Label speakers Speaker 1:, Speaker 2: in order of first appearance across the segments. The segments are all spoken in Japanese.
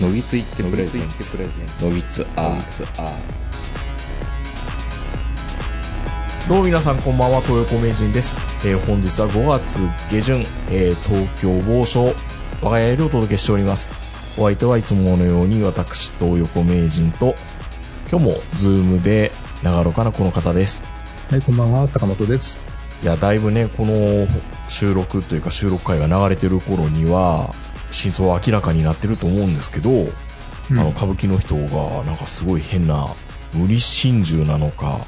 Speaker 1: のぎついってプレゼンツのぎつア
Speaker 2: どうも皆さんこんばんは、東横名人です。えー本日は5月下旬、えー東京某所、我が家よりお届けしております。お相手はいつものように私、東横名人と、今日もズームで長野からこの方です。
Speaker 3: はい、こんばんは、坂本です。
Speaker 2: いや、だいぶね、この収録というか収録会が流れてる頃には、真相は明らかになってると思うんですけど、あの、歌舞伎の人が、なんかすごい変な、無理心中なのか、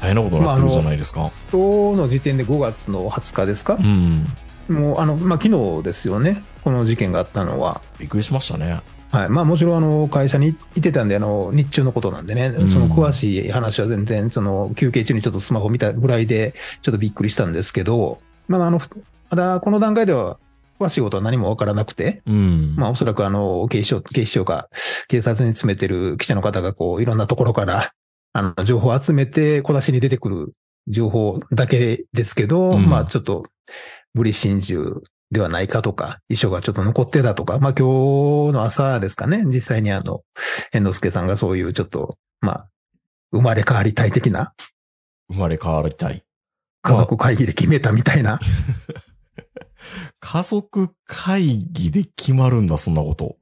Speaker 2: 大変なことになってるじゃないですか。
Speaker 3: 今日の時点で5月の20日ですか、
Speaker 2: うん。
Speaker 3: もう、あの、まあ、昨日ですよね、この事件があったのは。
Speaker 2: びっくりしましたね。
Speaker 3: はい。まあ、もちろん、あの、会社にいてたんで、あの、日中のことなんでね、
Speaker 2: ん
Speaker 3: その詳しい話は全然、その、休憩中にちょっとスマホ見たぐらいで、ちょっとびっくりしたんですけど、まだ、あの、まだ、この段階では、詳しいことは何もわからなくて、
Speaker 2: うん。
Speaker 3: まあ、おそらく、あの、警視庁、警視庁か、警察に詰めてる記者の方が、こう、いろんなところから、あの、情報を集めて、小出しに出てくる情報だけですけど、
Speaker 2: うん
Speaker 3: まあ、ちょっと、無理心中ではないかとか、遺書がちょっと残ってたとか、まあ、今日の朝ですかね、実際にあの、猿之助さんがそういうちょっと、まあ、生まれ変わり体的な
Speaker 2: 生まれ変わりたい。
Speaker 3: 家族会議で決めたみたいな、
Speaker 2: 家族会議で決まるんだ、そんなこと。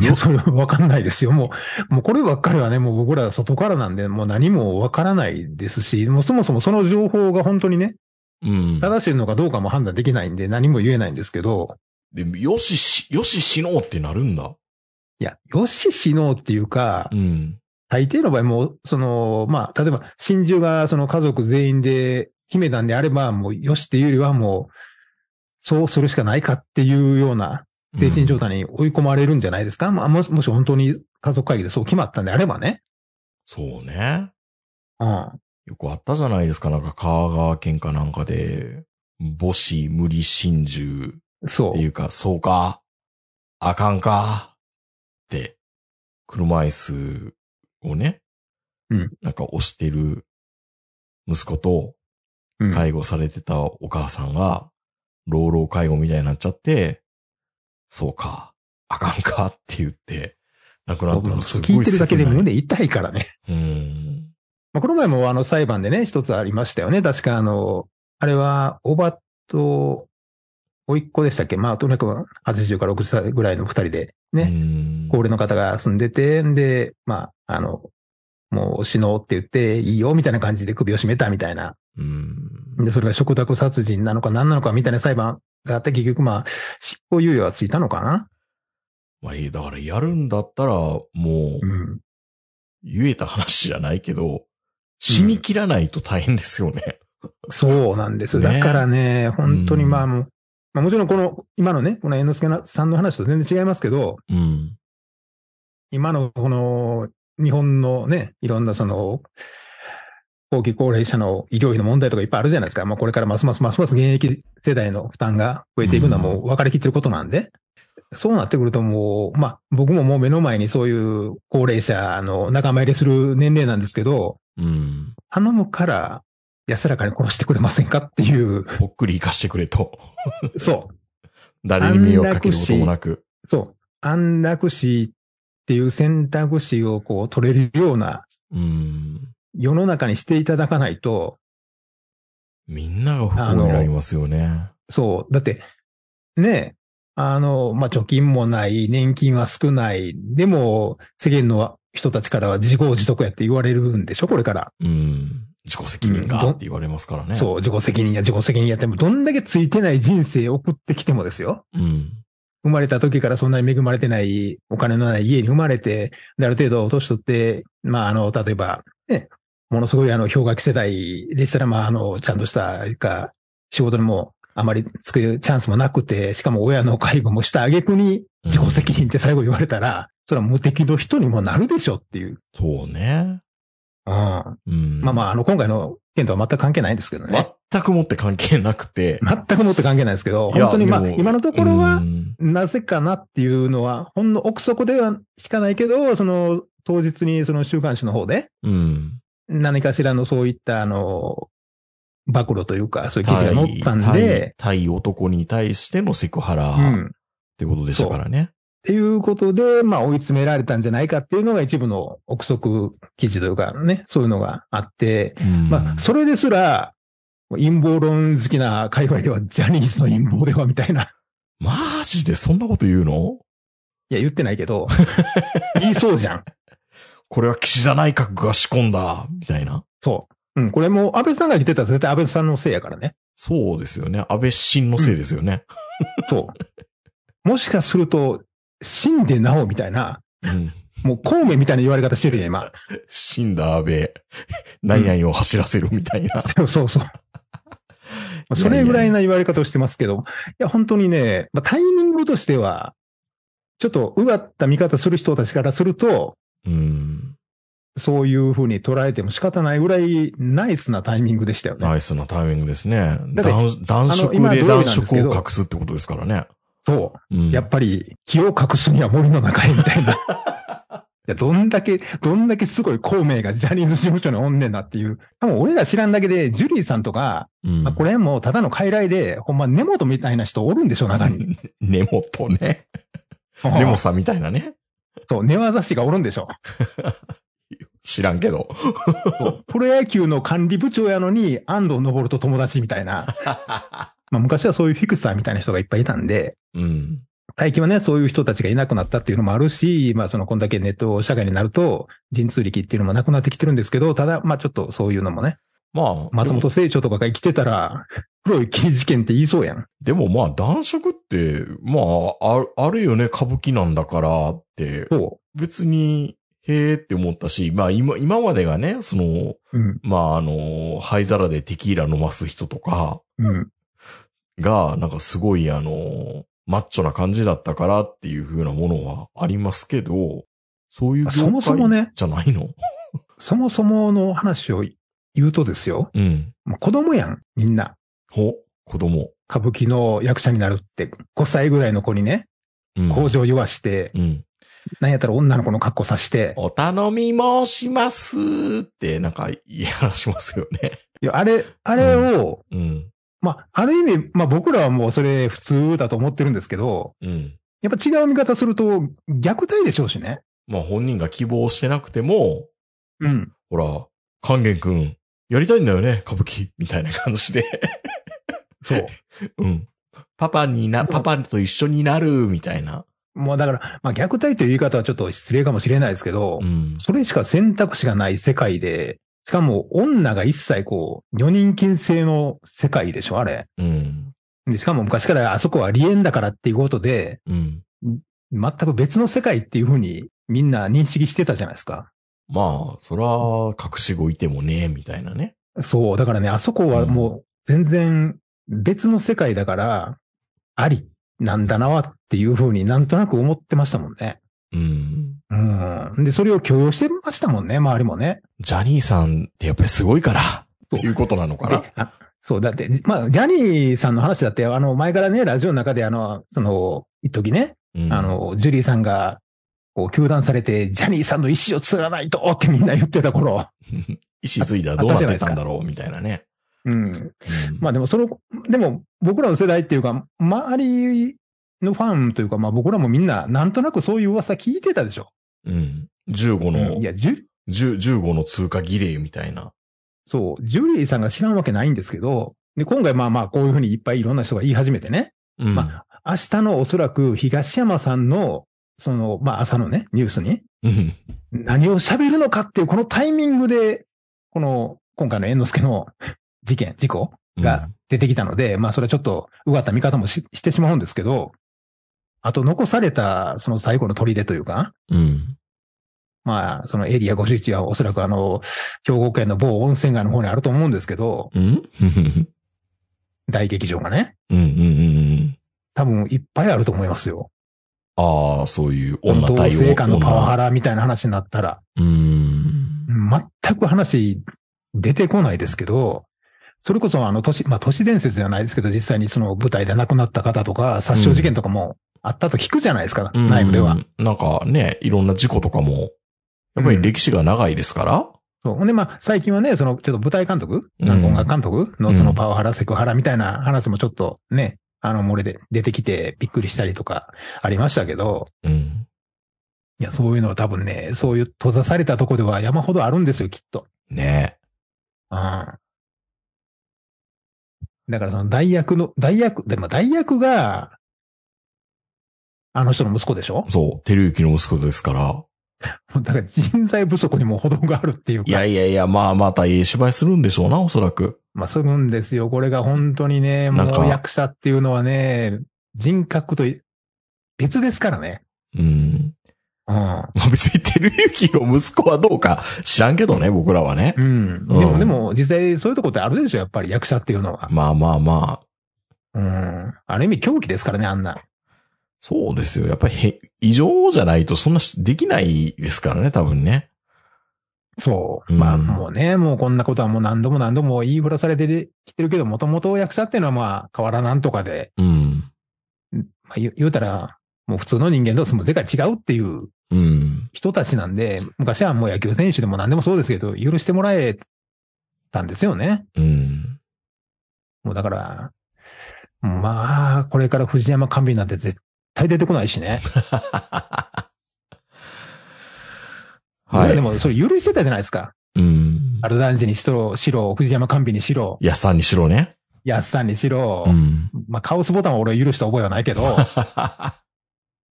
Speaker 3: いや、それはわかんないですよ。もう、もうこればっかりはね、もう僕ら外からなんで、もう何もわからないですし、もうそもそもその情報が本当にね、
Speaker 2: うん。
Speaker 3: 正しいのかどうかも判断できないんで、何も言えないんですけど、
Speaker 2: で、よしし、よししのうってなるんだ。
Speaker 3: いや、よし死のうっていうか
Speaker 2: う、ん。
Speaker 3: 大抵の場合もう、その、まあ、例えば、真珠がその家族全員で決めたんであれば、もうよしっていうよりはもう、そうするしかないかっていうような精神状態に追い込まれるんじゃないですか、まあ、もしもし本当に家族会議でそう決まったんであればね。
Speaker 2: そうね。
Speaker 3: うん。
Speaker 2: よくあったじゃないですか。なんか、川川県かなんかで、母子無理心中
Speaker 3: そう。
Speaker 2: っていうか、そうか、あかんか、って、車椅子をね、
Speaker 3: うん
Speaker 2: なんか押してる息子と、
Speaker 3: うん
Speaker 2: 介護されてたお母さんが、老老介護みたいになっちゃって、そうか、あかんかって言って、亡くなったのすごい
Speaker 3: 聞いてるだけで
Speaker 2: 切ない
Speaker 3: 胸痛いからね。
Speaker 2: うん。
Speaker 3: まあ、この前もあの裁判でね、一つありましたよね。確かあの、あれは、おばと、おいっ子でしたっけまあ、とにかく80から60歳ぐらいの二人で、
Speaker 2: う
Speaker 3: ね、
Speaker 2: ん。
Speaker 3: 高齢の方が住んでて、んで、まあ、あの、もう死のうって言って、いいよ、みたいな感じで首を絞めたみたいな。
Speaker 2: うん。
Speaker 3: で、それが食卓殺人なのか何なのかみたいな裁判があって、結局まあ、執行猶予はついたのかな
Speaker 2: まあいい、だからやるんだったら、もう、
Speaker 3: うん。
Speaker 2: 言えた話じゃないけど、死に切らないと大変ですよね。
Speaker 3: そうなんですよ。
Speaker 2: ね
Speaker 3: だからね、本当にま
Speaker 2: う
Speaker 3: あもう、まあもちろんこの、今のね、この猿之助さんの話と全然違いますけど、
Speaker 2: うん。
Speaker 3: 今のこの、日本のね、いろんなその、後期高齢者の医療費の問題とかいっぱいあるじゃないですか。まあこれからますますますます現役世代の負担が増えていくのはもう分かりきってることなんで、そうなってくるともう、まあ僕ももう目の前にそういう高齢者の仲間入れする年齢なんですけど、
Speaker 2: うん。
Speaker 3: 頼むから安らかに殺してくれませんかって いう、
Speaker 2: ぽっくり生かしてく れと。
Speaker 3: そう。
Speaker 2: 誰に迷惑かけることもなく。
Speaker 3: そう。安楽死っていう選択肢をこう取れるような
Speaker 2: うん。
Speaker 3: 世の中にしていただかないと、
Speaker 2: みんなが不幸になりますよね。
Speaker 3: そう。だって、ねえ、あの、まあ、貯金もない、年金は少ない、でも、世間の人たちからは自業自得やって言われるんでしょこれから。
Speaker 2: うん。自己責任
Speaker 3: うん
Speaker 2: が
Speaker 3: ど
Speaker 2: って言われますからね。
Speaker 3: そう、自己責任や自己責任やっても、どんだけついてない人生を送ってきてもですよ。
Speaker 2: う。うん。
Speaker 3: 生まれた時からそんなに恵まれてない、お金のない家に生まれて、である程度年取って、まあ、あの、例えば、ね、ものすごいあの、氷河期世代でしたら、まあ、あの、ちゃんとした、か、仕事にもあまりつくチャンスもなくて、しかも親の介護もした挙句に、自己責任って最後言われたら、それは無敵の人にもなるでしょっていう。
Speaker 2: そうね。
Speaker 3: うん。ま
Speaker 2: うん。
Speaker 3: あまあ、あの、今回の件とは全く関係ないんですけどね。
Speaker 2: 全くもって関係なくて。
Speaker 3: 全くもって関係ないですけど、本当にまあ、
Speaker 2: いやでも
Speaker 3: 今のところは、
Speaker 2: うん
Speaker 3: なぜかなっていうのは、ほんの奥底ではしかないけど、その当日にその週刊誌の方で、
Speaker 2: うん。
Speaker 3: 何かしらのそういったあの、暴露というか、そういう記事が載ったん
Speaker 2: 対
Speaker 3: で、
Speaker 2: 対男に対してのセクハラ
Speaker 3: うん
Speaker 2: っ、てことでしたからね。
Speaker 3: っていうことで、まあ追い詰められたんじゃないかっていうのが一部の憶測記事というかね、そういうのがあって、まあそれですら、陰謀論好きな界隈では、ジャニーズの陰謀ではみたいな。
Speaker 2: マジでそんなこと言うの
Speaker 3: いや、言ってないけど、言いそうじゃん。
Speaker 2: これは岸田内閣が仕込んだ、みたいな。
Speaker 3: そう。うん、これも安倍さんが言ってたら絶対安倍さんのせいやからね。
Speaker 2: そうですよね。安倍晋のせいですよね。
Speaker 3: そう。もしかすると、死んでなおみたいな、
Speaker 2: うん
Speaker 3: もう孔明みたいな言われ方してるやん、今。
Speaker 2: 死んだ安倍、何々を走らせるみたいな。
Speaker 3: そうそうそう。まあそれぐらいな言われ方をしてますけど、いや本当にね、まあ、タイミングとしては、ちょっとうがった見方する人たちからすると、
Speaker 2: うん。
Speaker 3: そういうふうに捉えても仕方ないぐらいナイスなタイミングでしたよね。
Speaker 2: ナイスなタイミングですね。
Speaker 3: だって
Speaker 2: 男男色
Speaker 3: 今
Speaker 2: で
Speaker 3: 土曜
Speaker 2: 男
Speaker 3: 日なんです
Speaker 2: 色を
Speaker 3: けど
Speaker 2: 隠すってことですからね。
Speaker 3: そう。
Speaker 2: うん。
Speaker 3: やっぱり、気を隠すには森の中へみた いな。いやどんだけ、どんだけすごい孔明がジャニーズ事務所におんねんなっていう。多分俺ら知らんだけで、ジュリーさんとか、
Speaker 2: うん
Speaker 3: まあ、これもただの傀儡で、ほんま根元みたいな人おるんでしょ、中に。
Speaker 2: 根元ね。根元さんみたいなね。
Speaker 3: そう、根技師がおるんでしょ。
Speaker 2: 知らんけど。
Speaker 3: そうプロ野球の管理部長やのに、安藤昇と友達みたい な。まあ昔はそういうフィクサーみたいな人がいっぱいいたんで、
Speaker 2: うん。
Speaker 3: 最近はね、そういう人たちがいなくなったっていうのもあるし、まあそのこんだけネット社会になると、人通力っていうのもなくなってきてるんですけど、ただ、まあちょっとそういうのもね、
Speaker 2: まあ、
Speaker 3: 松本清張とかが生きてたら、黒い霧事件って言いそうやん。
Speaker 2: でもまあ、男色って、まあ、ある、あるよね、歌舞伎なんだからって、
Speaker 3: そ
Speaker 2: 別に、へーって思ったし、まあ今、今までがね、その、
Speaker 3: う。うん。
Speaker 2: まああの、灰皿でテキーラ飲ます人とか
Speaker 3: うん。
Speaker 2: が、なんかすごいあの、マッチョな感じだったからっていう風なものはありますけど、そういう業界
Speaker 3: そもそもね
Speaker 2: じゃないの
Speaker 3: そもそもの話を言うとですよ、
Speaker 2: うん。
Speaker 3: もう子供やん、みんな。
Speaker 2: ほ、子供。
Speaker 3: 歌舞伎の役者になるって、5歳ぐらいの子にね、
Speaker 2: うん。
Speaker 3: 工場弱して、
Speaker 2: うん。
Speaker 3: なんやったら女の子の格好さして、
Speaker 2: お頼み申しますって、なんか、やらしますよね。
Speaker 3: いや、あれ、あれを、
Speaker 2: うん。
Speaker 3: まあ、ある意味、まあ僕らはもうそれ普通だと思ってるんですけど、
Speaker 2: うん。
Speaker 3: やっぱ違う見方すると虐待でしょうしね。
Speaker 2: まあ本人が希望してなくても、
Speaker 3: うん。
Speaker 2: ほら、還元くん、やりたいんだよね、歌舞伎、みたいな感じで。
Speaker 3: そう。
Speaker 2: うん。パパにな、パパと一緒になる、みたいな。
Speaker 3: もうだから、まあ虐待という言い方はちょっと失礼かもしれないですけど、
Speaker 2: うん。
Speaker 3: それしか選択肢がない世界で、しかも女が一切こう、女人禁制の世界でしょ、あれ。
Speaker 2: うん。
Speaker 3: でしかも昔からあそこは離縁だからっていうことで、
Speaker 2: うん。
Speaker 3: 全く別の世界っていうふうにみんな認識してたじゃないですか。
Speaker 2: まあ、そら、隠し子いてもね、みたいなね。
Speaker 3: そう、だからね、あそこはもう全然別の世界だから、ありなんだなっていうふうになんとなく思ってましたもんね。
Speaker 2: うん。
Speaker 3: うん。で、それを許容してましたもんね、周りもね。
Speaker 2: ジャニーさんってやっぱりすごいから、っていうことなのかな。
Speaker 3: であそう、だって、まあ、ジャニーさんの話だって、あの、前からね、ラジオの中で、あの、その、一時ね、
Speaker 2: うん
Speaker 3: あ、の、ジュリーさんが、こう、糾弾されて、ジャニーさんの意思を継がないとってみんな言ってた頃。
Speaker 2: 石継いだらどうなってたんだろう、みたいなね。
Speaker 3: うん。
Speaker 2: うん
Speaker 3: まあでもその、でも僕らの世代っていうか、周りのファンというか、まあ僕らもみんななんとなくそういう噂聞いてたでしょ。
Speaker 2: うん。15の、
Speaker 3: いや、ジュ、
Speaker 2: 10 15の通過儀礼みたいな。
Speaker 3: そう、ジュリーさんが知らんわけないんですけど、で、今回まあまあこういうふうにいっぱいいろんな人が言い始めてね、
Speaker 2: うん。
Speaker 3: ま明日のおそらく東山さんの、その、まあ朝のね、ニュースに
Speaker 2: うん。
Speaker 3: 何を喋るのかっていうこのタイミングで、この、今回の猿之助の 事件、事故が出てきたので、まあそれはちょっとうがった見方もししてしまうんですけど、あと残されたその最後の砦というか、
Speaker 2: うん。
Speaker 3: まあそのエリア51はおそらくあの、兵庫県の某温泉街の方にあると思うんですけど、
Speaker 2: うん。うん。
Speaker 3: 大劇場がね、
Speaker 2: うん。うん。うん。
Speaker 3: 多分いっぱいあると思いますよ。
Speaker 2: ああ、そういう女
Speaker 3: 同
Speaker 2: 対応。
Speaker 3: 性間のパワハラみたいな話になったら、
Speaker 2: 女うん。
Speaker 3: 全く話出てこないですけど、それこそあの都市、まあ都市伝説じゃないですけど、実際にその舞台で亡くなった方とか、殺傷事件とかもあったと聞くじゃないですか、
Speaker 2: うん
Speaker 3: 内部では。。
Speaker 2: なんかね、いろんな事故とかも、やっぱり歴史が長いですから。
Speaker 3: そう。ほんで、まあ、最近はね、その、ちょっと舞台監督、なんか音楽監督
Speaker 2: う
Speaker 3: の
Speaker 2: ん
Speaker 3: そのパワハラ、セクハラみたいな話もちょっとね、あの、漏れで出てきてびっくりしたりとかありましたけど、
Speaker 2: うん。
Speaker 3: いや、そういうのは多分ね、そういう閉ざされたとこでは山ほどあるんですよ、きっと。
Speaker 2: ね
Speaker 3: うん。だからその代役の、代役、でも代役が、あの人の息子でしょ
Speaker 2: え。そう、てるゆきの息子ですから。
Speaker 3: もうだから人材不足にも程があるっていう
Speaker 2: い
Speaker 3: か、
Speaker 2: やいやいや、まあまたええ芝居するんでしょうな、おそらく。
Speaker 3: まあするんですよ。これが本当にね、
Speaker 2: なんか
Speaker 3: もう役者っていうのはね、人格とい別ですからね。
Speaker 2: うん。
Speaker 3: うん。
Speaker 2: まあ別にてるゆきの息子はどうか知らんけどね、僕らはね。
Speaker 3: うん。で
Speaker 2: うん
Speaker 3: も、でも、実際そういうとこってあるでしょ、やっぱり役者っていうのは。
Speaker 2: まあまあまあ。
Speaker 3: うん。ある意味狂気ですからね、あんな。
Speaker 2: そうですよ。やっぱりへ、異常じゃないとそんなしできないですからね、多分ね。
Speaker 3: そう。
Speaker 2: うん
Speaker 3: まあ、もうね、もうこんなことはもう何度も何度も言いふらされてきてるけど、もともと役者っていうのはまあ、変わらなんとかで、
Speaker 2: うん。
Speaker 3: まあ、言う言うたら、もう普通の人間とその世界違うっていう
Speaker 2: うん。
Speaker 3: 人たちなんで、昔はもう野球選手でも何でもそうですけど、許してもらえたんですよね。
Speaker 2: うん。
Speaker 3: もうだから、まあ、これから藤山甘美なんて絶対出てこないしね。
Speaker 2: はい。
Speaker 3: でも、それ許してたじゃないですか。
Speaker 2: うん
Speaker 3: ア。ルダンジにしろ、しろ、藤山甘美にしろ、
Speaker 2: やっさんにしろね。
Speaker 3: ヤッサンにしろ、
Speaker 2: うん。
Speaker 3: まあ、カオスボタンは俺は許した覚えはないけ ど、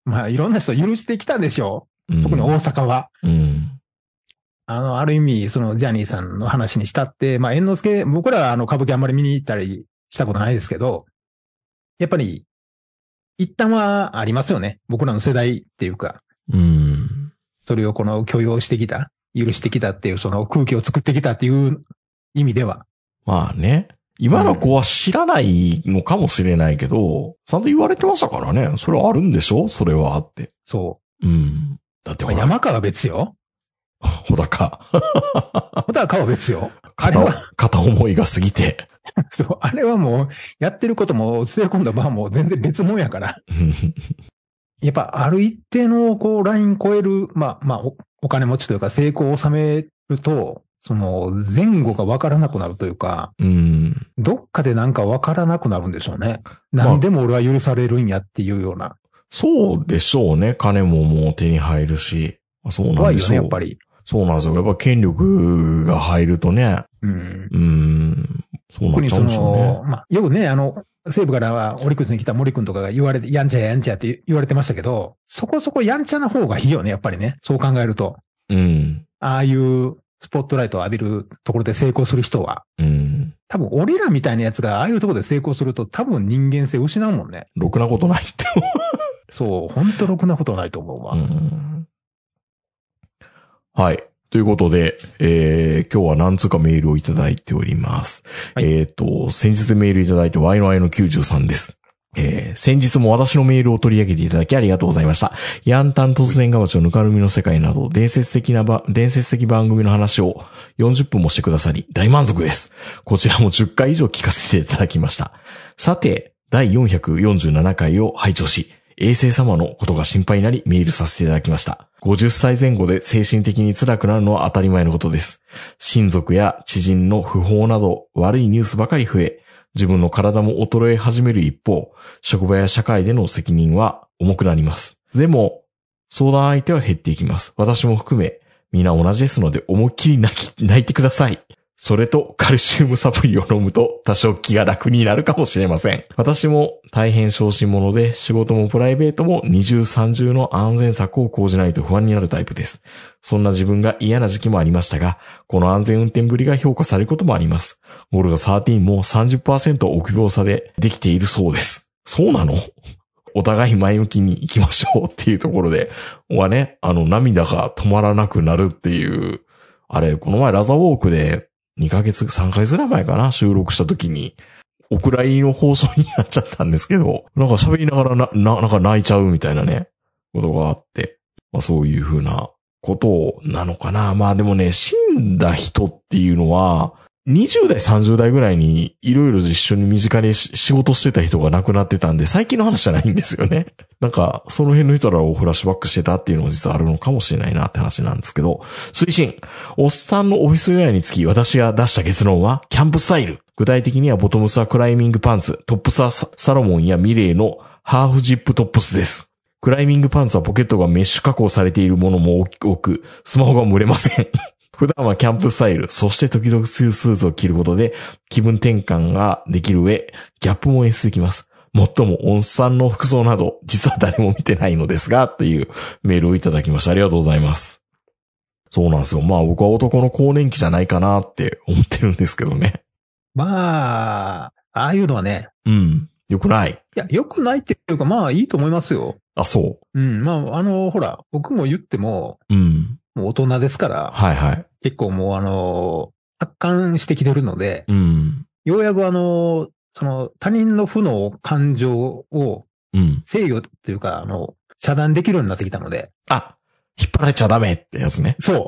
Speaker 3: まあ、いろんな人許してきたんでしょう。特に大阪は。
Speaker 2: うん。
Speaker 3: あの、ある意味、その、ジャニーさんの話にしたって、まあ、猿之助、僕らはあの、歌舞伎あんまり見に行ったりしたことないですけど、やっぱり、一旦はありますよね。僕らの世代っていうか、
Speaker 2: うん。
Speaker 3: それをこの許容してきた、許してきたっていう、その空気を作ってきたっていう意味では。
Speaker 2: まあね。今の子は知らないのかもしれないけど、ちゃんと言われてましたからね。それはあるんでしょそれはあって。
Speaker 3: そ
Speaker 2: うん。だって
Speaker 3: う。
Speaker 2: ほ
Speaker 3: まあ、
Speaker 2: ら、
Speaker 3: 山川は別よ。
Speaker 2: ほだか、
Speaker 3: または川は別よ。あれ
Speaker 2: 片
Speaker 3: は、
Speaker 2: 片思いが過ぎて。
Speaker 3: そう、あれはもう、やってることも、捨て込んだ場もう全然別物やから。
Speaker 2: うん
Speaker 3: やっぱ、ある一定の、こう、ライン超える、まあ、まあお、お金持ちというか、成功を収めると、その、前後が分からなくなるというか、
Speaker 2: うん。
Speaker 3: どっかでなんか分からなくなるんでしょうね。何でも俺は許されるんやっていうような。
Speaker 2: そうでしょうね。金ももう手に入るし。あそうな
Speaker 3: 怖
Speaker 2: ん
Speaker 3: い
Speaker 2: で
Speaker 3: よ
Speaker 2: し
Speaker 3: ね、や
Speaker 2: ょう
Speaker 3: っ。ぱり。
Speaker 2: そうなんですよ。やっぱ権力が入るとね。
Speaker 3: うん。
Speaker 2: うん。そう
Speaker 3: 特
Speaker 2: なっ
Speaker 3: に
Speaker 2: ちゃう
Speaker 3: そ
Speaker 2: んでしょうね
Speaker 3: の、。まあ、よくね、あの、西部からはオリックスに来た森君とかが言われて、やんちゃややんちゃって言われてましたけど、そこそこやんちゃな方がいいよね、やっぱりね。そう考えると。
Speaker 2: うん。
Speaker 3: ああいうスポットライトを浴びるところで成功する人は、
Speaker 2: うん。
Speaker 3: 多分俺らみたいなやつがああいうところで成功すると多分人間性失うもんね。
Speaker 2: ろくなことないって
Speaker 3: そう、ほんとろくなことないと思うわ。
Speaker 2: うんはい。ということで、えー、今日は何通かメールをいただいております。
Speaker 3: はい
Speaker 2: えっ、と、先日メールいただいて y の i の93です。えー、先日も私のメールを取り上げていただきありがとうございました。ヤンタン突然ガバチョぬかるみの世界など、伝説的なば、伝説的番組の話を40分もしてくださり、大満足です。こちらも10回以上聞かせていただきました。さて、第447回を拝聴し、衛星様のことが心配になりメールさせていただきました。50歳前後で精神的に辛くなるのは当たり前のことです。親族や知人の不法など悪いニュースばかり増え、自分の体も衰え始める一方、職場や社会での責任は重くなります。でも、相談相手は減っていきます。私も含め、皆同じですので思いっきり泣き、泣いてください。それとカルシウムサプリを飲むと多少気が楽になるかもしれません。私も大変小心者で仕事もプライベートも二重三重の安全策を講じないと不安になるタイプです。そんな自分が嫌な時期もありましたが、この安全運転ぶりが評価されることもあります。ゴルガ13も30%臆病さでできているそうです。そうなのお互い前向きに行きましょうっていうところで、はね、あの涙が止まらなくなるっていう、あれ、この前ラザーウォークで、2ヶ月、3ヶ月ぐらい前かな、収録した時に、お蔵入りの放送になっちゃったんですけど、なんか喋りながらな、な、なんか泣いちゃうみたいなね、ことがあって、まあそういうふうなことをなのかな。まあでもね、死んだ人っていうのは、20代、30代ぐらいにいろいろ一緒に身近にし仕事してた人が亡くなってたんで、最近の話じゃないんですよね。 なんか、その辺の人らをフラッシュバックしてたっていうのも実はあるのかもしれないなって話なんですけど、推進おっさんのオフィス依頼につき私が出した結論は、キャンプスタイル。具体的にはボトムスはクライミングパンツ、トップスはササロモンやミレーのハーフジップトップスです。クライミングパンツはポケットがメッシュ加工されているものも多く、スマホが蒸れません。 普段はキャンプスタイル、そして時々スーツを着ることで気分転換ができる上、ギャップも演出できます。もっとも、おっさんの服装など、実は誰も見てないのですが、というメールをいただきました。ありがとうございます。そうなんですよ。まあ僕は男の更年期じゃないかなって思ってるんですけどね。
Speaker 3: まあ、ああいうのはね、
Speaker 2: うん。よくない。
Speaker 3: いや、良くないっていうか、まあいいと思いますよ。
Speaker 2: あ、そ
Speaker 3: うん、まあ、あの、ほら、僕も言っても、
Speaker 2: う。うん。
Speaker 3: もう大人ですから、
Speaker 2: はいはい。
Speaker 3: 結構もうあの、発汗してきてるので、
Speaker 2: うん。
Speaker 3: ようやくあの、その他人の負の感情を
Speaker 2: うん。
Speaker 3: 制御というか、あの、遮断できるようになってきたので。
Speaker 2: あ、引っ張られちゃダメってやつね。
Speaker 3: そう。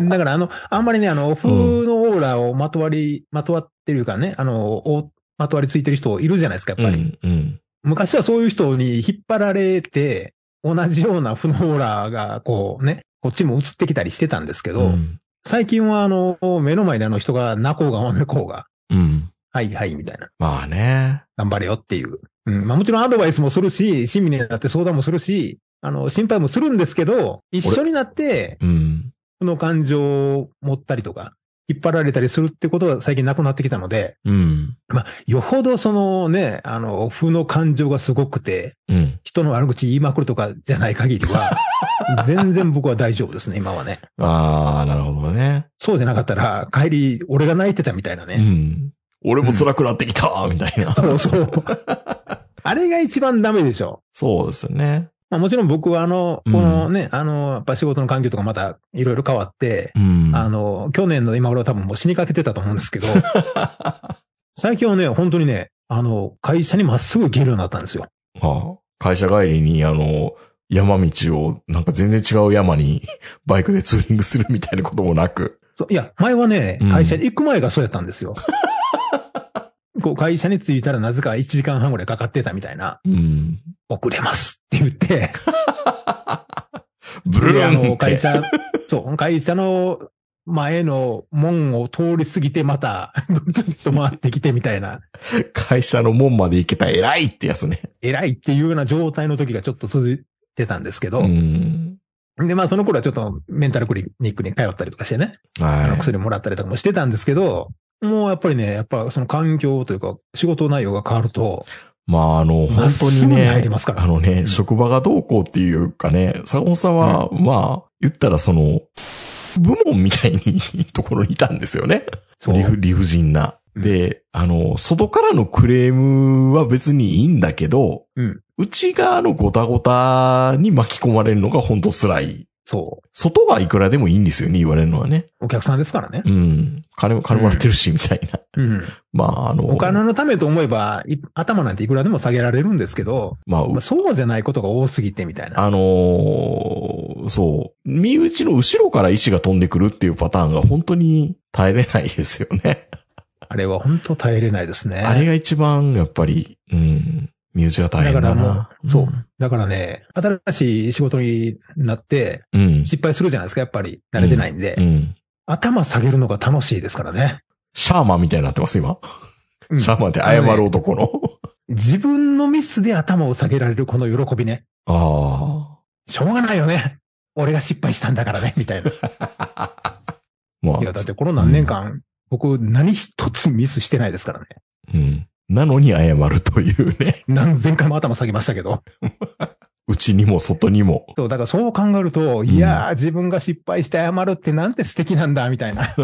Speaker 3: うん、だからあの、あんまりね、あの、風のオーラをまとわり、まとわってるかね、あの、おまとわりついてる人いるじゃないですか、
Speaker 2: う
Speaker 3: やっぱり。
Speaker 2: ん。うん。
Speaker 3: 昔はそういう人に引っ張られて、同じような負のオーラが、こうね、こっちも移ってきたりしてたんですけど、
Speaker 2: うん。
Speaker 3: 最近はあの、目の前であの人が、泣こうが、まめこうが、
Speaker 2: うん。
Speaker 3: はいはい、みたいな。
Speaker 2: まあね。
Speaker 3: 頑張れよっていう。うん。まあもちろんアドバイスもするし、親身になって相談もするし、あの、心配もするんですけど、一緒になって、
Speaker 2: うん。
Speaker 3: この感情を持ったりとか、引っ張られたりするってことは最近なくなってきたので、
Speaker 2: うん。
Speaker 3: よほどそのね、あの、負の感情がすごくて、
Speaker 2: うん。
Speaker 3: 人の悪口言いまくるとかじゃない限りは、 全然僕は大丈夫ですね、今はね。
Speaker 2: ああ、なるほどね。
Speaker 3: そうじゃなかったら、帰り、俺が泣いてたみたいな
Speaker 2: う
Speaker 3: ね。
Speaker 2: ん。俺も辛くなってきたみたいな。
Speaker 3: そうそう。あれが一番ダメでしょ。
Speaker 2: そうですよね。
Speaker 3: まあ、もちろん僕はあの、
Speaker 2: うん
Speaker 3: このね、あの、やっぱ仕事の環境とかまたいろいろ変わって、
Speaker 2: うん。
Speaker 3: あの、去年の今頃は多分もう死にかけてたと思うんです けど、最近はね、本当にね、あの、会社にまっすぐ行けるようになったんですよ。
Speaker 2: はあ、会社帰りに、あの、山道を、なんか全然違う山にバイクでツーリングするみたいなこともなく。
Speaker 3: そういや、前はね
Speaker 2: うん、
Speaker 3: 会社に行く前がそうやったんです よ。こう会社に着いたらなぜか1時間半ぐらいかかってたみたいな、
Speaker 2: うん。
Speaker 3: 遅れますって言って、
Speaker 2: ブル
Speaker 3: であ
Speaker 2: ーン
Speaker 3: の、
Speaker 2: って
Speaker 3: 会社、そう、会社の前の門を通り過ぎてまた、ずっと回ってきてみたいな、
Speaker 2: 会社の門まで行けた偉いってやつね。
Speaker 3: 偉いっていうような状態の時がちょっと続いてたんですけど、
Speaker 2: うん。
Speaker 3: で、まあその頃はちょっとメンタルクリニックに通ったりとかしてね、あの
Speaker 2: は
Speaker 3: 薬もらったりとかもしてたんですけど、もうやっぱりね、やっぱその環境というか仕事内容が変わると、
Speaker 2: い。まあ、あの、
Speaker 3: ま
Speaker 2: 本
Speaker 3: っ
Speaker 2: 当
Speaker 3: す
Speaker 2: に
Speaker 3: ぐに
Speaker 2: ね、
Speaker 3: 入りますから
Speaker 2: あのね、
Speaker 3: ん
Speaker 2: 職場がどうこうっていうかね、坂本さんは、まあ、言ったらその、部門みたいにところにいたんですよね。
Speaker 3: そう
Speaker 2: 理不理不尽な。
Speaker 3: うん
Speaker 2: で、あの、外からのクレームは別にいいんだけど、
Speaker 3: うん
Speaker 2: 内側のごたごたに巻き込まれるのが本当辛い。
Speaker 3: そ
Speaker 2: 外はいくらでもいいんですよね、言われるのはね。
Speaker 3: う。お客さんですからね
Speaker 2: う。ん。金も、金もらってるし、みたいな。
Speaker 3: うん。
Speaker 2: まあ、あの、
Speaker 3: お金のためと思えば、い頭なんていくらでも下げられるんですけど、
Speaker 2: まあ、
Speaker 3: まあそうじゃないことが多すぎてみたいな。
Speaker 2: あのーそう。身内の後ろから石が飛んでくるっていうパターンが本当に耐えれないですよね。
Speaker 3: あれは本当耐えれないですね。
Speaker 2: あれが一番、やっぱり、うん。身内が大変
Speaker 3: だ
Speaker 2: だな。
Speaker 3: からもうそう
Speaker 2: う
Speaker 3: だからね、新しい仕事になって
Speaker 2: ん。うん。
Speaker 3: 失敗するじゃないですか、やっぱり。慣れてないんで。
Speaker 2: うん。
Speaker 3: 頭下げるのが楽しいですからね。
Speaker 2: シャーマンみたいになってます、今。
Speaker 3: うん
Speaker 2: シャーマンって謝る男の。
Speaker 3: 自分のミスで頭を下げられるこの喜びね。
Speaker 2: あ
Speaker 3: しょうがないよね。俺が失敗したんだからね、みたいな。い
Speaker 2: あ。ま
Speaker 3: や、
Speaker 2: あ
Speaker 3: だっ、てこの何年間、僕何一つミスしてないですからね。
Speaker 2: うん。なのに謝るというね。
Speaker 3: 何千回も頭下げましたけど。
Speaker 2: うちにも外に も。
Speaker 3: そう、だからそう考えると、いやー、自分が失敗して謝るってなんて素敵なんだ、みたいな。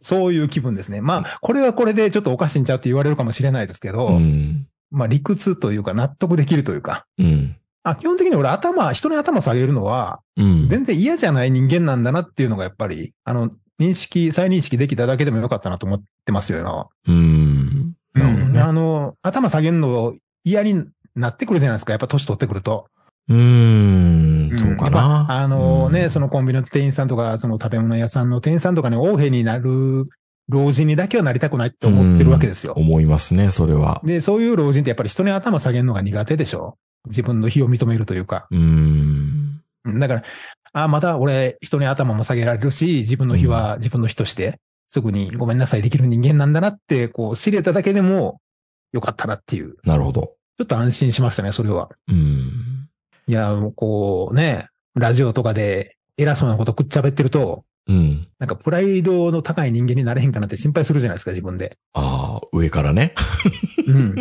Speaker 3: そういう気分ですね。まあ、これはこれでちょっとおかしいんちゃうって言われるかもしれないですけど、
Speaker 2: うん。
Speaker 3: まあ理屈というか納得できるというか。
Speaker 2: うん。
Speaker 3: あ基本的に俺頭、人に頭下げるのは、
Speaker 2: うん。
Speaker 3: 全然嫌じゃない人間なんだなっていうのがやっぱり、あの、認識、再認識できただけでもよかったなと思ってますよ、今は。
Speaker 2: うん。なるほどね
Speaker 3: あの、頭下げるの嫌になってくるじゃないですか。やっぱ年取ってくると。
Speaker 2: うーん。そうか
Speaker 3: や
Speaker 2: な
Speaker 3: っ。ぱあのね、
Speaker 2: うん
Speaker 3: そのコンビニの店員さんとか、その食べ物屋さんの店員さんとかに横柄になる老人にだけはなりたくないって思ってるわけですよ。
Speaker 2: 思いますね、それは。
Speaker 3: で、そういう老人ってやっぱり人に頭下げるのが苦手でしょ。自分の非を認めるというか。
Speaker 2: うーん。
Speaker 3: だから、あまた俺、人に頭も下げられるし、自分の非は自分の非としてすぐにごめんなさいできる人間なんだなって、こう、知れただけでも、よかったなっていう。
Speaker 2: なるほど。
Speaker 3: ちょっと安心しましたね、それは。
Speaker 2: うん。
Speaker 3: いや、もうこうね、ラジオとかで偉そうなことくっちゃべってると、
Speaker 2: うん。
Speaker 3: なんかプライドの高い人間になれへんかなって心配するじゃないですか、自分で。
Speaker 2: ああ、上からね。
Speaker 3: うん。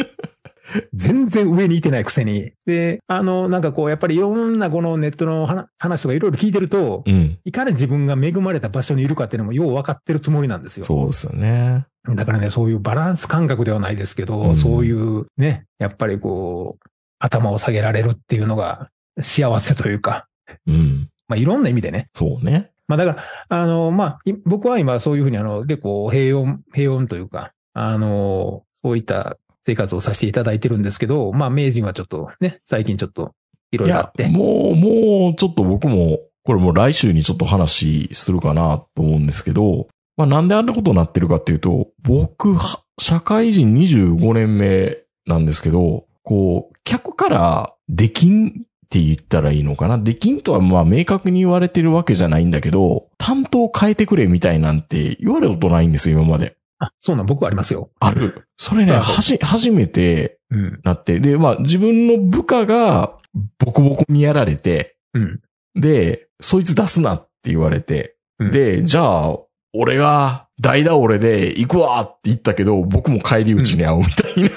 Speaker 3: 全然上にいてないくせに。で、あの、なんかこう、やっぱりいろんなこのネットの話話とかいろいろ聞いてると、
Speaker 2: うん。
Speaker 3: いかに自分が恵まれた場所にいるかっていうのもよう分かってるつもりなんですよ。
Speaker 2: そうですよね。
Speaker 3: だからね、そういうバランス感覚ではないですけど、
Speaker 2: うん
Speaker 3: そういうね、やっぱりこう、頭を下げられるっていうのが幸せというか、
Speaker 2: うん。
Speaker 3: まあいろんな意味でね。
Speaker 2: そうね。
Speaker 3: まあだから、あの、まあ、い僕は今そういうふうにあの、結構平穏、平穏というか、あの、そういった生活をさせていただいてるんですけど、まあ名人はちょっとね、最近ちょっといろいろあって。
Speaker 2: もう、もう、ちょっと僕も、これもう来週にちょっと話するかなと思うんですけど、まあなんであんなことになってるかっていうと、僕、は社会人25年目なんですけど、こう、客からできんって言ったらいいのかなできんとはまあ明確に言われてるわけじゃないんだけど、担当を変えてくれみたいなんて言われたことないんですよ、今まで。
Speaker 3: あ、そうなん、僕はありますよ。
Speaker 2: ある。それね、
Speaker 3: なるほど
Speaker 2: はじ、初めて
Speaker 3: うん。
Speaker 2: なって、で、まあ自分の部下がボコボコにやられて、
Speaker 3: うん。
Speaker 2: で、そいつ出すなって言われて、
Speaker 3: うん
Speaker 2: で、じゃあ、俺が、代打俺で行くわって言ったけど、僕も帰り討ちに会うみた いな。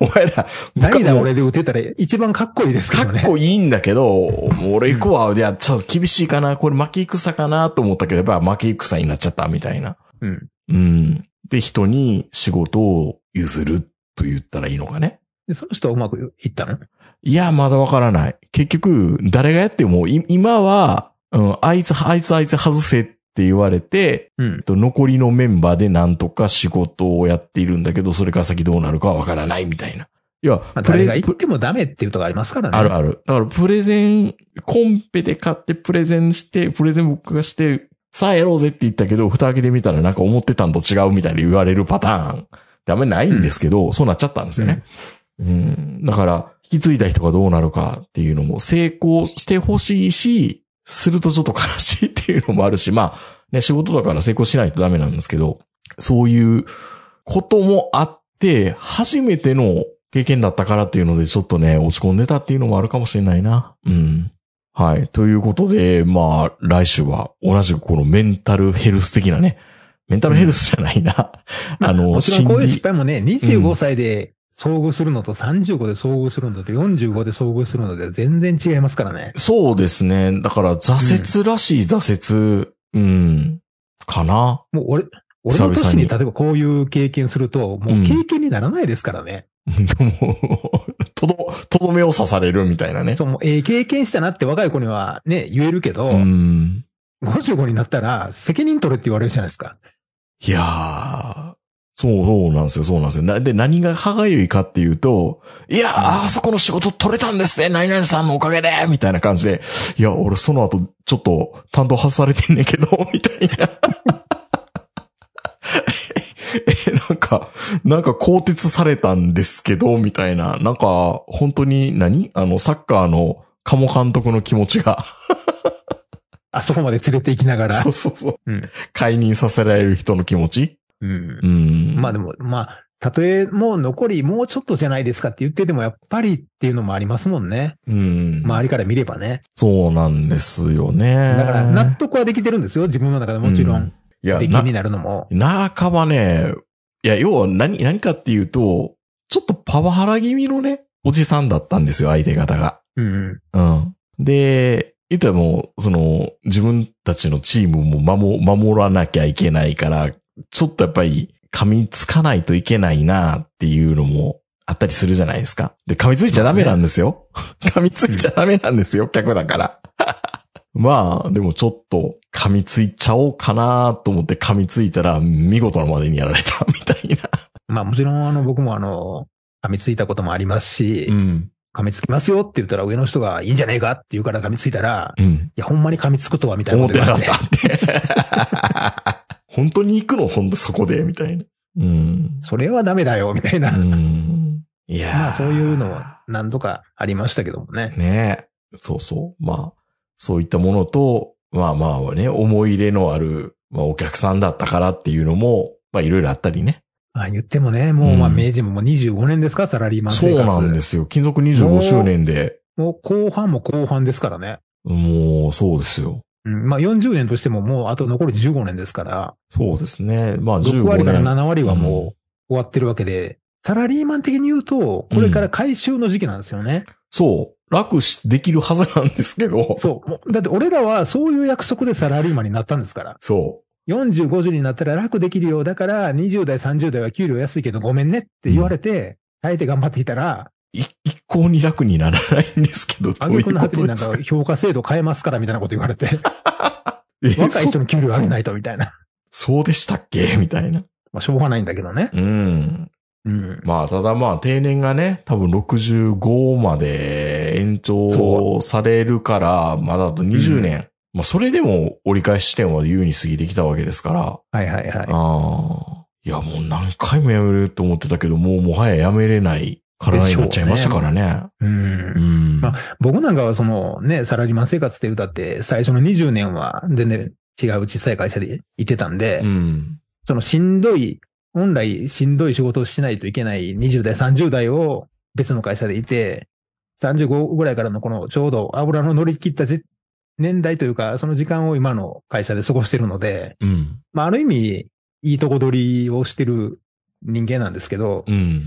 Speaker 2: お前ら、
Speaker 3: 代打
Speaker 2: か
Speaker 3: 俺で打てたら一番かっこいいですけどね。
Speaker 2: っこいいんだけど、もう俺行くわ。いや、ちょっと厳しいかな。これ負け戦かなと思ったけど、やっぱ負け戦になっちゃったみたいな。
Speaker 3: うん。
Speaker 2: うん。で、人に仕事を譲ると言ったらいいのかね。
Speaker 3: で、その人はうまくいったの
Speaker 2: いや、まだわからない。結局、誰がやっても、い今は、うん、あいつ、あいつ、あいつ外せって言われて、
Speaker 3: うん。
Speaker 2: と残りのメンバーでなんとか仕事をやっているんだけど、それから先どうなるかはわからないみたいな。いや、
Speaker 3: まあ、
Speaker 2: プ
Speaker 3: 誰
Speaker 2: レ
Speaker 3: が言ってもダメっていうとこありますからね。
Speaker 2: あるある。だから、プレゼン、コンペで買って、プレゼンして、プレゼン僕がして、さあやろうぜって言ったけど、蓋開けてみたらなんか思ってたんと違うみたいに言われるパターン。ダメないんですけど、そうなっちゃったんですよね。うん。だから、引き継いだ人がどうなるかっていうのも成功してほしいし、するとちょっと悲しいっていうのもあるし、まあ、ね、仕事だから成功しないとダメなんですけど、そういうこともあって、初めての経験だったからっていうので、ちょっとね、落ち込んでたっていうのもあるかもしれないな。うん。はい。ということで、まあ、来週は同じくこのメンタルヘルス的なね、メンタルヘルスじゃないな。
Speaker 3: ま
Speaker 2: あの、
Speaker 3: もちろんこういう
Speaker 2: 心
Speaker 3: 失敗もね、25歳で遭遇するのと35で遭遇するのと45で遭遇するので全然違いますからね。
Speaker 2: そうですね。だから、挫折らしい挫折、うん、かな。
Speaker 3: もう俺、俺の年に例えばこういう経験すると、もう経験にならないですからね。
Speaker 2: でも、とど、とどめを刺されるみたいなね。
Speaker 3: そう、もう、ええ経験したなって若い子にはね、言えるけど、
Speaker 2: うん。
Speaker 3: 55になったら責任取れって言われるじゃないですか。
Speaker 2: いやー、そうそうなんですよ、そうなんですよ。なで、何が歯がゆいかっていうと、いやー、あそこの仕事取れたんですね、何々さんのおかげで、みたいな感じで、いや、俺その後、ちょっと担当外されてんねんけど、 みたいな。え、なんか、なんか更迭されたんですけど、みたいな。なんか、本当に何、あの、サッカーの、鴨監督の気持ちが、
Speaker 3: あそこまで連れて行きながら
Speaker 2: そ。うそうそう、
Speaker 3: うん
Speaker 2: 解任させられる人の気持ち
Speaker 3: うん
Speaker 2: う。ん。
Speaker 3: まあでも、まあ、たとえもう残りもうちょっとじゃないですかって言っててもやっぱりっていうのもありますもんね。
Speaker 2: うん。
Speaker 3: 周りから見ればね。
Speaker 2: そうなんですよね。
Speaker 3: だから納得はできてるんですよ。自分の中でもちろ。
Speaker 2: うんいや、
Speaker 3: で、気
Speaker 2: な
Speaker 3: に、なるのも。
Speaker 2: 中はね、いや、要は何、何かっていうと、ちょっとパワハラ気味のね、おじさんだったんですよ、相手方が。
Speaker 3: うん。
Speaker 2: うん。で、言ったらもう、その、自分たちのチームも守、守らなきゃいけないから、ちょっとやっぱり噛みつかないといけないなっていうのもあったりするじゃないですか。で、噛みついちゃダメなんですよ。 噛みついちゃダメなんですよ、客だから。 まあ、でもちょっと噛みついちゃおうかなと思って噛みついたら、見事なまでにやられたみたいな。
Speaker 3: まあもちろん、あの、僕もあの、噛みついたこともありますし、
Speaker 2: ん。
Speaker 3: 噛みつきますよって言ったら上の人がいいんじゃねえかって言うから噛みついたら、
Speaker 2: うん。
Speaker 3: いや、ほんまに噛みつくとはみたいな
Speaker 2: 思
Speaker 3: こと
Speaker 2: って
Speaker 3: 言
Speaker 2: な
Speaker 3: わ
Speaker 2: かっ
Speaker 3: れて
Speaker 2: たって。本当に行くの本当そこでみたいな。うん。
Speaker 3: それはダメだよ、みたいうな。
Speaker 2: ん。いやー
Speaker 3: まあそういうのは何度かありましたけどもね。
Speaker 2: ねえ。そうそう。まあ、そういったものと、まあまあね、思い入れのある
Speaker 1: まあお客さんだったからっていうのも、まあいろいろあったりね。
Speaker 3: まあ言ってもね、もうまあ
Speaker 1: うん
Speaker 3: 明治ももう25年ですか、サラリーマン
Speaker 1: そう
Speaker 3: 生活。
Speaker 1: なんですよ。金属25周年で、
Speaker 3: もう後半も後半ですからね。
Speaker 1: もうそうですよ。
Speaker 3: うん、まあ40年としてももうあと残り15年ですから、
Speaker 1: そうですね。まあ15
Speaker 3: 6割から
Speaker 1: 年。
Speaker 3: 7割はもう終わってるわけで、サラリーマン的に言うと、これから回収の時期なんですよね。
Speaker 1: そう。楽し、できるはずなんですけど。
Speaker 3: そう。もうだって俺らはそういう約束でサラリーマンになったんですから。
Speaker 1: そ
Speaker 3: 40、50になったら楽できるよ。だから20代、30代は給料安いけどごめんねって言われて、耐えて頑張っていたら、
Speaker 1: う。い一向に楽にならないんですけど、ど
Speaker 3: あ
Speaker 1: うい
Speaker 3: げ
Speaker 1: う
Speaker 3: くの
Speaker 1: こ
Speaker 3: 果て
Speaker 1: と
Speaker 3: にな
Speaker 1: で
Speaker 3: ん
Speaker 1: す
Speaker 3: か
Speaker 1: か
Speaker 3: 評価制度変えますからみたいなこと言われて、
Speaker 1: え
Speaker 3: 若い
Speaker 1: そ
Speaker 3: 人の給料上げないとみたいな。
Speaker 1: そうでしたっけみたいな。
Speaker 3: まあしょうがないんだけどね。
Speaker 1: うん。
Speaker 3: うん。
Speaker 1: まあ、ただまあ、定年がね、多分65まで延
Speaker 3: そ
Speaker 1: 長されるから、まだあと20年。まあ、それでも折り返し地点は優に過ぎてきたわけですから。
Speaker 3: はいはいはい。
Speaker 1: ああ。いや、もう何回もやめると思ってたけど、もうもはややめれない体になっちゃいましたからね。
Speaker 3: う。
Speaker 1: うんん。
Speaker 3: ま僕なんかはそのね、サラリーマン生活って歌って、最初の20年は全然違う小さい会社でいてたんで、
Speaker 1: うん。
Speaker 3: そのしんどい、本来しんどい仕事をしないといけない20代、30代を別の会社でいて、35ぐらいからのこのちょうど油の乗り切ったじ年代というか、その時間を今の会社で過ごしてるので、
Speaker 1: うん。
Speaker 3: まあある意味、いいとこ取りをしてる人間なんですけど、
Speaker 1: うん。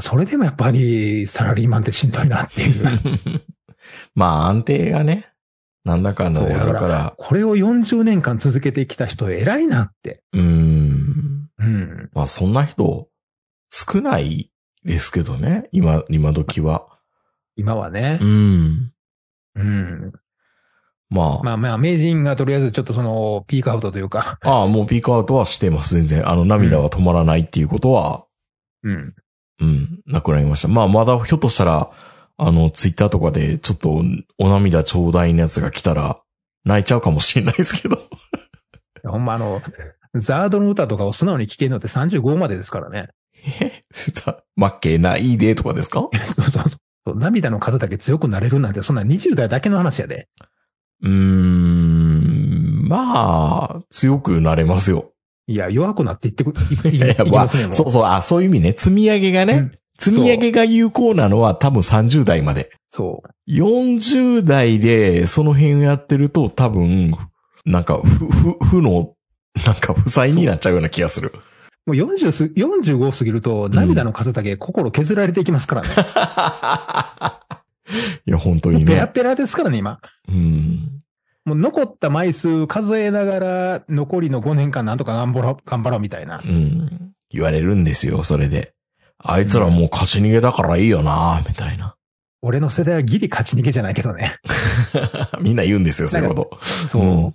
Speaker 3: それでもやっぱりサラリーマンってしんどいなっていう。
Speaker 1: まあ、安定がね、なんだかんだであるから、
Speaker 3: これを40年間続けてきた人偉いなって。
Speaker 1: うん。
Speaker 3: うん。
Speaker 1: まあ、そんな人、少ないですけどね。今、今時は。
Speaker 3: 今はね
Speaker 1: う。ん。
Speaker 3: うん。
Speaker 1: まあ、
Speaker 3: まあまあ、名人がとりあえずちょっとその、ピークアウトというか。
Speaker 1: ああ、もうピークアウトはしてます、全然。あの、涙は止まらないっていうことは、
Speaker 3: うん。
Speaker 1: うん、なくなりました。まあ、まだひょっとしたら、あの、ツイッターとかで、ちょっと、お涙ちょうだいのやつが来たら、泣いちゃうかもしれないですけど。
Speaker 3: ほんまあの、ザードの歌とかを素直に聴けるのって35までですからね。
Speaker 1: え負けないでとかですか
Speaker 3: そうそうそう。涙の数だけ強くなれるなんて、そんな20代だけの話やで。
Speaker 1: うーん、まあ、強くなれますよ。
Speaker 3: いや、弱くなっていってく、いい
Speaker 1: いやい
Speaker 3: い
Speaker 1: や、
Speaker 3: き
Speaker 1: まあ、
Speaker 3: ますね、もう。
Speaker 1: そうそう、あ、そういう意味ね。積み上げがね、
Speaker 3: うん
Speaker 1: 積み上げが有効なのは多分30代まで。
Speaker 3: そう。
Speaker 1: 40代でその辺やってると多分、なんか、ふ、ふ、負の、なんか、負債になっちゃうような気がする。
Speaker 3: もう40す、45過ぎると、涙の数だけ心削られていきますから ね。
Speaker 1: いや、本当に
Speaker 3: ペラ
Speaker 1: ね。
Speaker 3: ペラですからね、今。
Speaker 1: うん。
Speaker 3: もう残った枚数数えながら、残りの5年間なんとか頑張ろう、頑張ろうみたいな
Speaker 1: う。ん。言われるんですよ、それで。あいつらもう勝ち逃げだからいいよな、みたいな。
Speaker 3: 俺の世代はギリ勝ち逃げじゃないけどね。
Speaker 1: みんな言うんですよ、そういうこと。
Speaker 3: そう。
Speaker 1: うん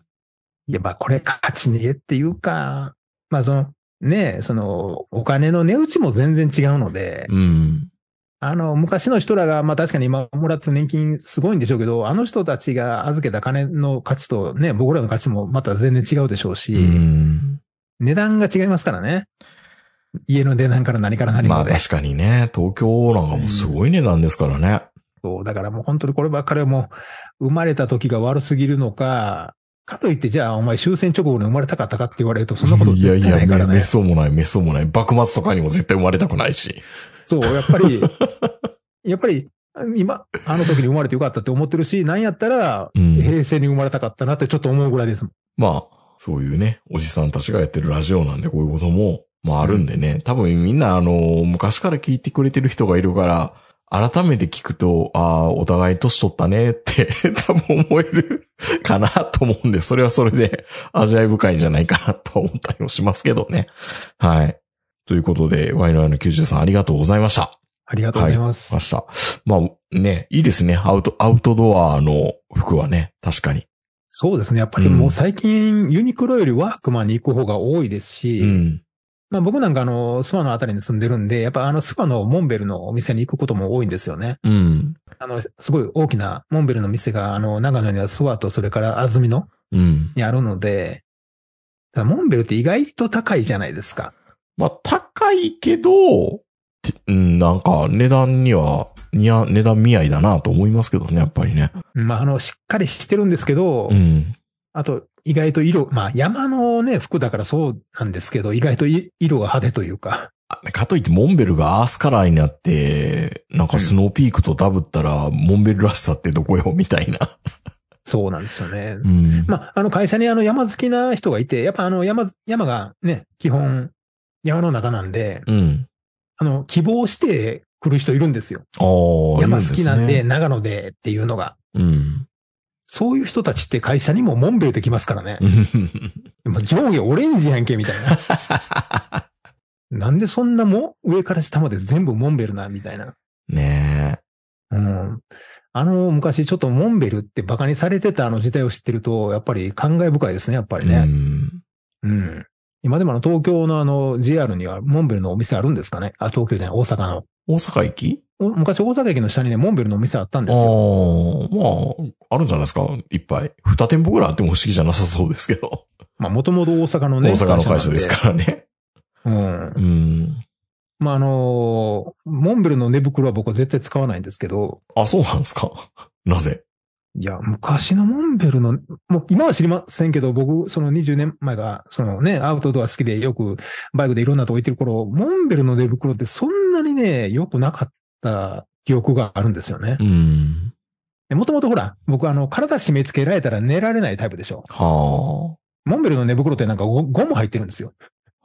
Speaker 3: いや、まあこれ勝ち逃げっていうか、まあその、ねえ、その、お金の値打ちも全然違うので、
Speaker 1: うん。
Speaker 3: あの、昔の人らが、まあ確かに今もらってる年金すごいんでしょうけど、あの人たちが預けた金の価値とね、僕らの価値もまた全然違うでしょうし、
Speaker 1: うん。
Speaker 3: 値段が違いますからね。家の値段から何から何
Speaker 1: ま
Speaker 3: ま
Speaker 1: あ
Speaker 3: で。
Speaker 1: 確かにね、東京なんかもうすごい値段ですからね。
Speaker 3: そう、だからもう本当にこればっかりはもう、生まれた時が悪すぎるのか、かといって、じゃあお前終戦直後に生まれたかったかって言われると、そんなこと
Speaker 1: いや
Speaker 3: 絶
Speaker 1: い
Speaker 3: 対
Speaker 1: や
Speaker 3: ないから、ね。
Speaker 1: めめっそうもない、めっそうもない。幕末とかにも絶対生まれたくないし。
Speaker 3: そう、やっぱり、やっぱり、今、あの時に生まれてよかったって思ってるし、なんやったら、
Speaker 1: うん
Speaker 3: 平成に生まれたかったなってちょっと思うぐらいですもん。
Speaker 1: まあ、そういうね、おじさんたちがやってるラジオなんで、こういうことも、まああるんでね、多分みんな、あの、昔から聞いてくれてる人がいるから、改めて聞くと、ああ、お互い年取ったねって、 多分思えるかなと思うんで、それはそれで味わい深いんじゃないかなと思ったりもしますけどね。はい。ということで、ワイナイの90さんありがとうございました。
Speaker 3: ありがとうございます。
Speaker 1: ました。まあね、いいですね。アウト、アウトドアの服はね、確かに。
Speaker 3: そうですね。やっぱりもう最近、ユニクロよりワークマンに行く方が多いですし、
Speaker 1: うん。
Speaker 3: まあ僕なんかあの、スパのあたりに住んでるんで、やっぱあのスパのモンベルのお店に行くことも多いんですよね。
Speaker 1: うん。
Speaker 3: あの、すごい大きなモンベルの店が、あの、長野にはスワとそれから安曇野
Speaker 1: うん。
Speaker 3: にあるので、ただモンベルって意外と高いじゃないですか。
Speaker 1: まあ、高いけど、てうん、なんか、値段には、にゃ、値段見合いだなと思いますけどね、やっぱりね。
Speaker 3: まあ、あの、しっかりしてるんですけど、
Speaker 1: うん。
Speaker 3: あと、意外と色、まあ山のね、服だからそうなんですけど、意外とい色が派手というか、
Speaker 1: あかといって、モンベルがアースカラーになって、なんかスノーピークとダブったら、モンベルらしさってどこよみたいな。
Speaker 3: そうなんですよね。
Speaker 1: うん。
Speaker 3: まあ、あの会社にあの山好きな人がいて、やっぱあの山、山がね、基本山の中なんで、
Speaker 1: うん。
Speaker 3: あの、希望して来る人いるんですよ。
Speaker 1: ああ、
Speaker 3: 山好きなん
Speaker 1: い
Speaker 3: で、
Speaker 1: るすね。
Speaker 3: 長野でっていうのが。
Speaker 1: うん。
Speaker 3: そういう人たちって会社にもモンベルで来ますからね。もう上下オレンジやんけ、みたいな。 なんでそんなもん上から下まで全部モンベルな、みたいな。
Speaker 1: ねえ。
Speaker 3: うん。あの、昔ちょっとモンベルって馬鹿にされてたあの時代を知ってると、やっぱり感慨深いですね、やっぱり
Speaker 1: う
Speaker 3: ね。
Speaker 1: ん。
Speaker 3: うん。今でもあの東京のあの JR にはモンベルのお店あるんですかねあ、東京じゃない、大阪の。
Speaker 1: 大阪駅
Speaker 3: お昔大阪駅の下にね、モンベルのお店あったん
Speaker 1: あ
Speaker 3: で
Speaker 1: あ
Speaker 3: すよ。
Speaker 1: ー、まあ、あるんじゃないですかいっぱい。二店舗ぐらいあっても不思議じゃなさそうですけど。
Speaker 3: まあ、もともと大阪のね。
Speaker 1: 大阪の会社
Speaker 3: なん
Speaker 1: ですからね。
Speaker 3: うん
Speaker 1: う。ん。
Speaker 3: まあ、あのーモンベルの寝袋は僕は絶対使わないんですけど、
Speaker 1: あ、そうなんですか なぜ
Speaker 3: いや、昔のモンベルの、もう今は知りませんけど、僕、その20年前が、そのね、アウトドア好きでよくバイクでいろんなとこ行ってる頃、モンベルの寝袋ってそんなにね、良くなかった記憶があるんですよね
Speaker 1: う。ん。
Speaker 3: もともとほら、僕あの、体締め付けられたら寝られないタイプでしょ。
Speaker 1: は
Speaker 3: モンベルの寝袋ってなんかゴゴム入ってるんですよ。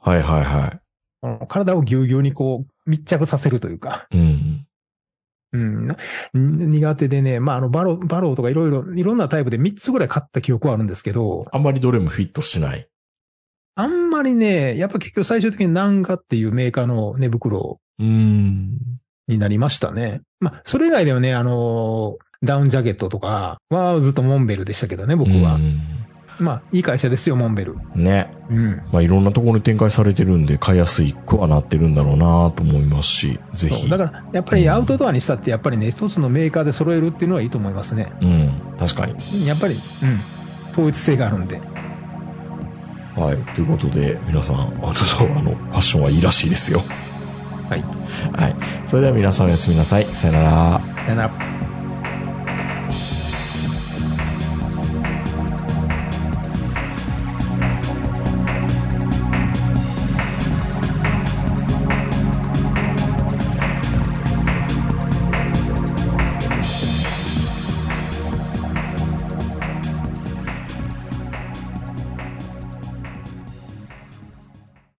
Speaker 1: あ。はいはいは
Speaker 3: あの体をぎゅうぎゅうにこう、密着させるというか。
Speaker 1: い。うん。
Speaker 3: うん、な苦手でね、まあ、あの、バロ、バローとかいろいろ、いろんなタイプで3つぐらい買った記憶はあるんですけど、
Speaker 1: あんまりどれもフィットしない。
Speaker 3: あんまりね、やっぱ結局最終的にナンガっていうメーカーの寝袋
Speaker 1: うん。
Speaker 3: になりましたね。まあ、それ以外ではね、あの、ダウンジャケットとかはずっとモンベルでしたけどね、僕は。
Speaker 1: うん
Speaker 3: まあ、いい会社ですよ、モンベル。
Speaker 1: ね。
Speaker 3: うん。
Speaker 1: まあ、いろんなところに展開されてるんで、買いやすいくはなってるんだろうなと思いますし、ぜ
Speaker 3: そう
Speaker 1: ひ。
Speaker 3: だから、やっぱりアウトドアにしたって、やっぱりね、一つのメーカーで揃えるっていうのはいいと思いますね。
Speaker 1: うん。確かに。
Speaker 3: やっぱり、うん。統一性があるんで。
Speaker 1: はい。ということで、皆さん、あと、あの、ファッションはいいらしいですよ。
Speaker 3: はい。
Speaker 1: はい。それでは皆さんおやすみなさい。さよなら。
Speaker 3: さよなら。